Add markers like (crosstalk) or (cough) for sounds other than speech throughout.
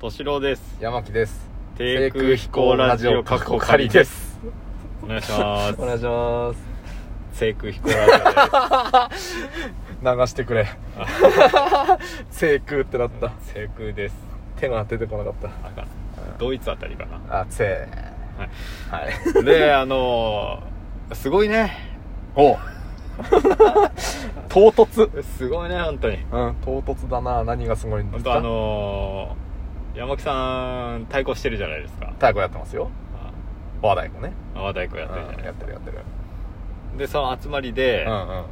敏郎です山木です低空飛行ラジオ過去仮ですお願いしまお願いしますす低空飛行ラ流してくれ (laughs) 低空ってなっジオたです低空です手が出てこなかっあかんドイツあたりかなたあせはいーはいであのーすごいねお唐突すごいね本当にうん唐突だな何がすごいんで本す当あかのー山木さん太鼓してるじゃないですか太鼓やってますよ和太鼓ねあ和太鼓やってるじゃうんないやってるやってるでその集まりで、うんうんま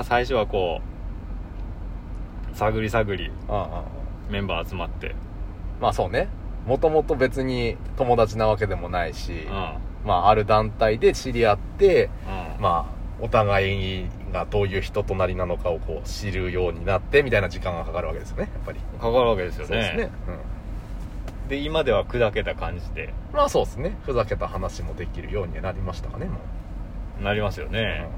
あ、最初はこう探り探りうんうんメンバー集まって、まあそうねもともと別に友達なわけでもないしうんうんまあある団体で知り合ってまあ、お互いがどういう人となりなのかをこう知るようになってみたいな時間がかかるわけですよねやっぱりかかるわけですよそうですねね、で今では砕けた感じでうん、まあそうですねふざけた話もできるようになりましたかねもう、なりますよね、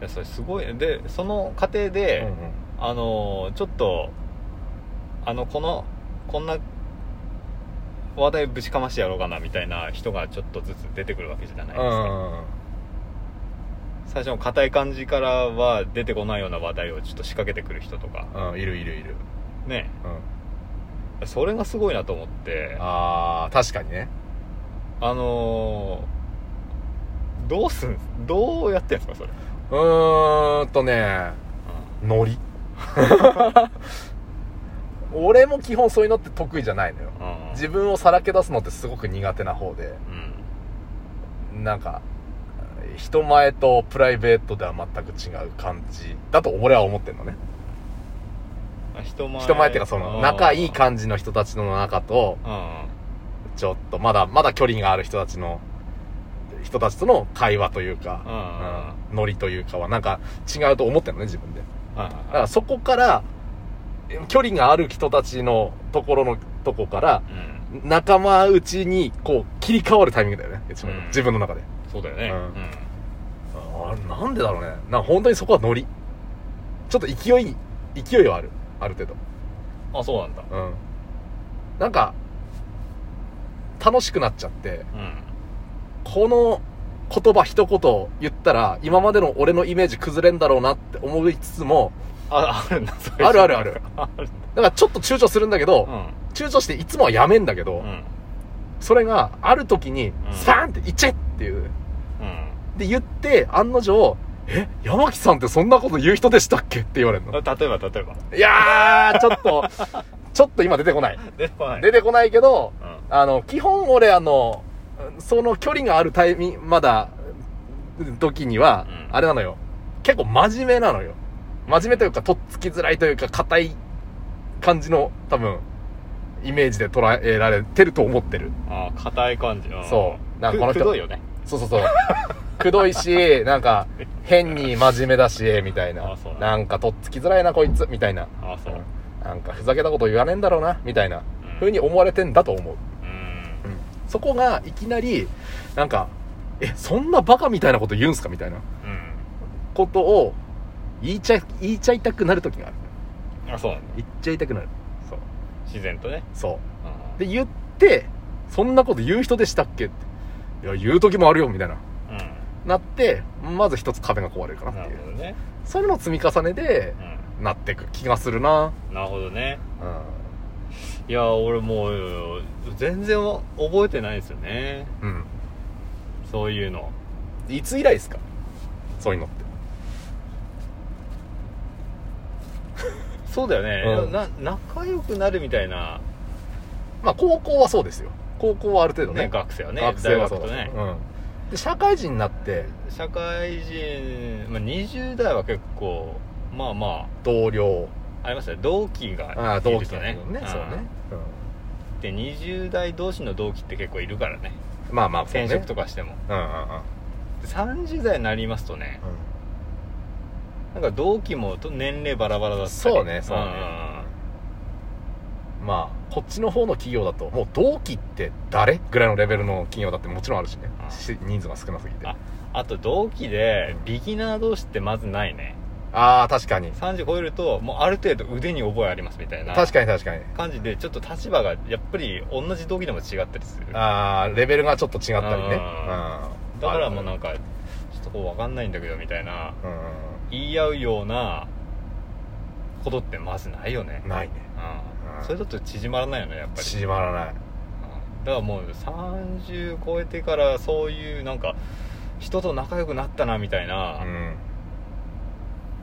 いやそれすごいでその過程うんで、うんうんあのーちょっとあのこのこんな話題ぶちかましてやろうかなみたいな人がちょっとずつ出てくるわけじゃないですうか、んうんうん最初の硬い感じからは出てこないような話題をちょっと仕掛けてくる人とかうんいるいるいる、ねうん、それがすごいなと思ってああー確かにねのーどうすんどうやってんすかそれ、うーんとねノリ (laughs) 俺も基本そういうのって得意じゃないのようん自分をさらけ出すのってすごく苦手な方でうんなんか人前とプライベートでは全く違う感じだと俺は思ってるのねあ人前人前っていうかその仲いいじ感じの人たちの中とうんうんちょっとまだまだ距離がある人たちの人たちとの会話といううか、うんんノリというかはなんか違うと思ってるのね自分でだかあらそこからえ距離がある人たちのところのとこからうん仲間内にこう切り替わるタイミングだよね一番うん自分の中でそうだよねううんんあれなんでだろうねなんか本当にそこはノリちょっと勢い勢いはあるある程あそうなんだ度うんなんか楽しくなっちゃってうんこの言葉一言言ったら今までの俺のイメージ崩れんだろうなって思いつ (laughs) つもああるんだそれあるあるあるあるだからちょっと躊躇するんだけど、うん躊躇していつもはやめんだけど、うんそれがある時にうんサーンって言っちゃえっていううんで言って案の定え山木さんってそんなこと言う人でしたっけって言われるの例えば例えばいやー、ちょっと、ちょっと今出てこない。ではい出てこないけど、うんあの、基本俺、あの、その距離があるタイミング、まだ、時にはうん、あれなのよ。結構真面目なのよ。真面目というか、とっつきづらいというか、硬い感じの、多分、イメージで捉えられてると思ってる。あ硬い感じうんそうなんかこのく人くどいよねそ (laughs) うそうそう。くどいし、なんか、変に真面目だし、みたいあなそう。だなんか、とっつきづらいな、こいつ、みたいな。あそうなんかふざけたこと言わねえんだろうな、みたいなうん風に思われてんだと思うう。んそこがいきなり、なんか、え、そんなバカみたいなこと言うんすかみたいなうんことを言いちゃ、言いちゃいたくなる時がある。あそうなんだ言っちゃいたくなる。そう。自然とねそうう。んで、言って、そんなこと言う人でしたっけって。いや、言う時もあるよ、みたいな。うんなって、まず一つ壁が壊れるかななっているうほ。どねそういうのを積み重ねで、なってく気がするな。うんなるほどねういや俺もう全然覚えてないですよねん。うん。そういうのいつ以来ですかそういうのって。そうだよね、うんな仲良くなるみたいな、まあ高校はそうですよ高校はある程度ねね、学生はね学生は大そう学とだね、うん、で社会人になって社会人、まあ、20代は結構まあま同僚あありますね同期がいるとねああ同期だけどねうんそうね、で20代同士の同期って結構いるからねうん、まあまあそうね転職とかしても、うんうんうんで30代になりますとねうなんか同期もと年齢バラバラだったんりそうねそうねんまあこっちの方の企業だともう同期って誰ぐらいのレベルの企業だってもちろんあるしねうんし人数が少なすぎてあと同期でビギナー同士ってまずないねああ、確かに。 30超えるともうある程度腕に覚えありますみたいな確かに確かに。感じでちょっと立場がやっぱり同じ同期でも違ったりするだああ、レベルがちょっと違ったりね。うん。うんからもうなんかちょっとこう分かんないんだけどみたいなう言い合うようなことってまずないよねん。ないね。うんうんそれだと縮まらないよねやっぱり縮まらない。うんだからもう30超えてからそういうなんか人と仲良くなったなみたいなうん。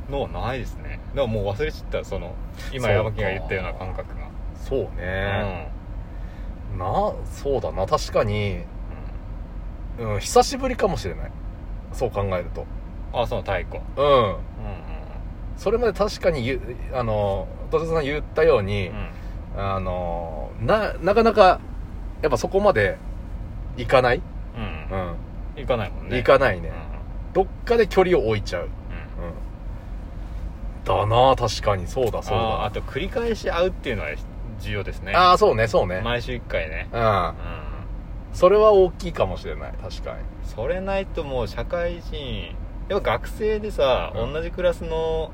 のはないですねだからもう忘れちゃったその今そうか山木が言ったような感覚がそううね。んな、そうだな。確かに、うん、久しぶりかもしれない。そう考えると。うんあその太鼓うん。うんそれまで確かに言う、あの、土壌さんが言ったように、うんうんあの、な、なかなか、やっぱそこまで、行かない、うんうんうん。行かないもんね行かないうんね、うんどっかで距離を置いちゃう。うん。だなあ確かに。そうだ、そうあーあだ。と繰り返し会うっていうのは重要ですねああ、そうね、そうね。毎週1回ねうう。んんそれは大きいかもしれない。確かに。それないともう社会人やっぱ学生でさ、うん同じクラスの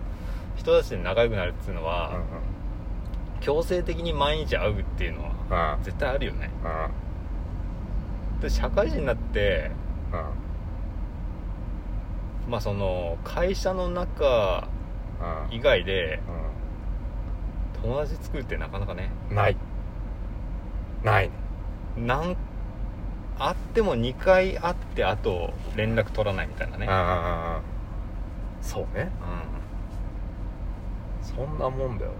人たちで仲良くなるっていうのうんうはん、。強制的に毎日会うっていうのはうん。絶対あるよねうん。で社会人になってまあその会社の中うん。以外でう友達作るってなかなかねん。ない。ないね。なん会っても2回会ってあと連絡取らないみたいなうねんうんうんうん。そうね。うそんなもんだよね。ん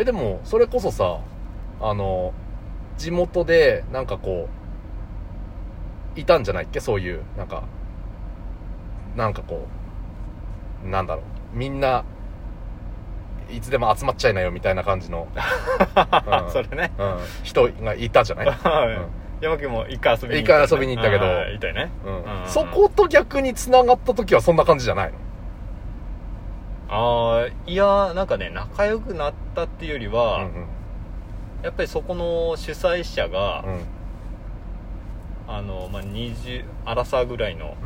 え、でも、それこそさ、あの、地元で、なんかこう、いたんじゃないっけそういう、なんか、なんかこう、なんだろう。みんな、いつでも集まっちゃいなよ、みたいな感じの、うんそれねうん、人がいたじゃない、うん (laughs) 山木も一回遊びに一回遊びに行ったけどあーいたよねううんんそこと逆に繋がった時はそんな感じじゃないのああいやなんかね仲良くなったっていうよりは、うんやっぱりそこの主催者が、うんあの、まあ、20アラサーぐらいの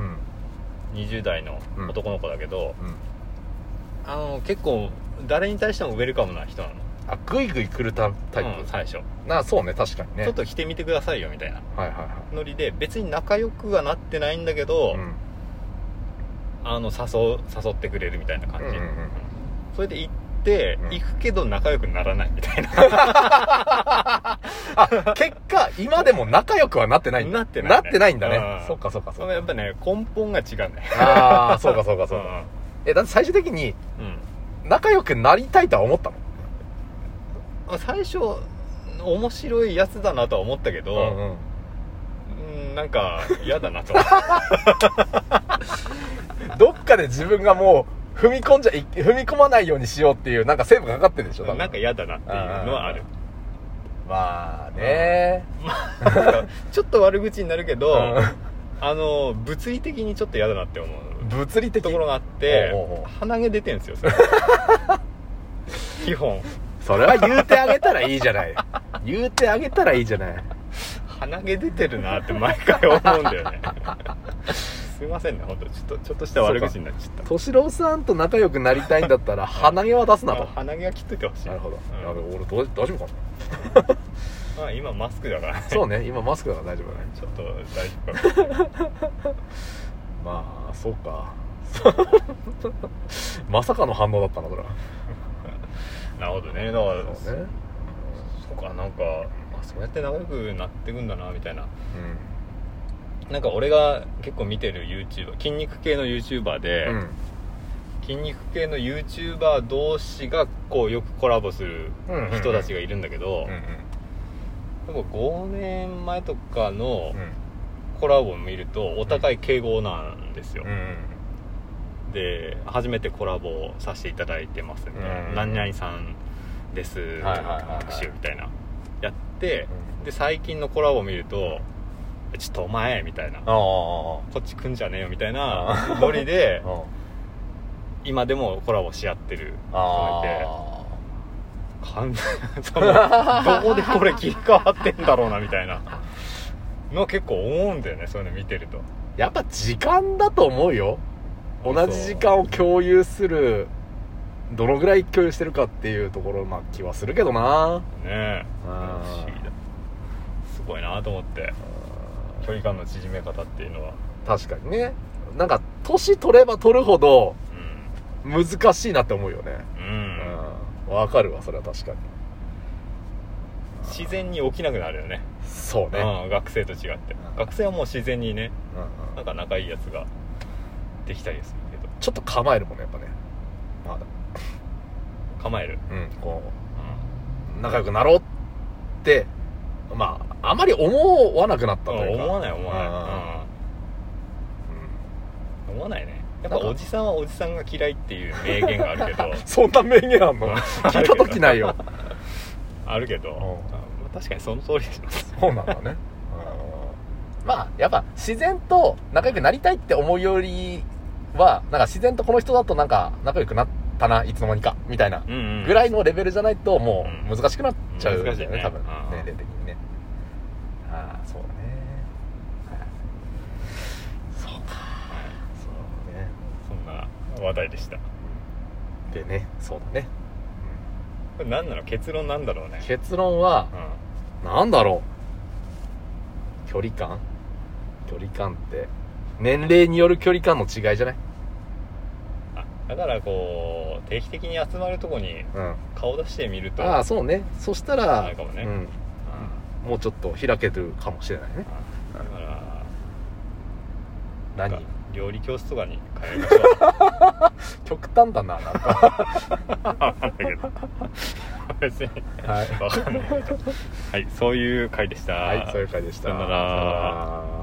うん20代のうん男の子だけど、うんあの結構誰に対してもウェルカムな人なのあグイグイ来るタタイプ、うん最初、なそうね確かにねちょっと来てみてくださいよみたいなはいはいはノリで別に仲良くはなってないんだけど、いうんあの誘う誘ってくれるみたいな感じ、うんうんうんそれで行って、うん行くけど仲良くならないみたいなあ結果今でも仲良くはなってないんだなってないなねってないんだうねんそっかそっかそそっのやっかぱね根本が違うねああそうかそう (laughs) かそうかえだって最終的にうんうん仲良くなりたいとは思ったのまあ最初面白いやつだなとは思ったけうんど、うんうん、なんか嫌だなと (laughs) どっかで自分がもう踏み込んじゃい踏み込まないようにしようっていうなんかセーブがかかってるでしょ多分なんか嫌だなっていうのはあるまあね (laughs) ちょっと悪口になるけど、うあの物理的にちょっと嫌だなって思 (laughs) うん物理的ところがあっておうおうおう鼻毛出てんですよそれ (laughs) 基本それは言うてあげたらいいじゃない言うてあげたらいいじゃない鼻毛出てるなって毎回思うんだよ (laughs) ねすいませんね本当ちょっとちょっとした悪口になっちゃった敏郎さんと仲良くなりたいんだったら鼻毛は出すなとまあ鼻毛は切っといてほしいなるほど、うんやべ俺どう大丈夫かなまあ今マスクだからね (laughs) そうね今マスクだから大丈夫だねちょっと大丈夫かなまあそう (laughs) かまさかの反応だったなそれはなるほどねだからそうねそうかなんかあそうやって仲良くなってくんだなみたいなうなんか俺が結構見てる YouTuber 筋肉系の YouTuber で、ん、うん筋肉系の YouTuber 同士がこうよくコラボする人たちがいるんだけど、うんなんか5年前とかのうんうんコラボを見るとお互い敬語なんですよ、うんうんで初めてコラボさせていただいてますみたいなう何ん々さんです」はいはいはいはい特集みたいなやってで最近のコラボを見ると「ちょっとお前」みたいなあ「あこっち来んじゃねえよ」みたいあなノリ (laughs) であ今でもコラボし合ってる人がいてあ完全 (laughs) そのどこでこれ切り替わってんだろうなみたいなの結構思うんだよねそういうの見てるとやっぱ時間だと思うよそう同じ時間を共有するどのぐらい共有してるかっていうところな気はするけどなねえ不あー思議だすごいなと思って距離感の縮め方っていうのは確かにねなんか年取れば取るほどう難しいなって思うよねん、う、うんんわかるわそれは確かに自然に起きなくなるよねそうねうん、学生と違ってうん学生はもう自然にねうなんうんんか仲いいやつができたりはするけどちょっと構えるもんねやっぱねまだ構える、うんこう仲良くなろうってまああまり思わなくなったうとん、いうか思わない思わない、うん、思わないねやっぱおじさんはおじさんが嫌いっていう名言があるけ (laughs) どうんそんな名言あんの聞いた時ないよあるけど、んまあ確かにその通りでしますそうなんだね (laughs) まあやっぱ自然と仲良くなりたいって思うよりはなんか自然とこの人だとなんか仲良くなったないつの間にかみたいなうん、うん、ぐらいのレベルじゃないともううん難しくなっちゃうんだよ難ね,、しいね多分うん年齢的にねああそうだねはいそうかそうねそんな話題でしたこでねそうだね、れ何なの結論なんだろうねうん結論はうんなんだろう距離感距離感って年齢による距離感の違いじゃないあだからこう定期的に集まるとこにうんあ顔出してみるとあーそうねそしたらあれかもねうん、もうちょっと開けてるかもしれないねうんだから何なんか料理教室とかに通いましょう極端だな (laughs) なんかわかん (laughs) ないけど (laughs) 別にはいわかんないけどはいそういう回でしたはい、そういう回でした。さよならさよなら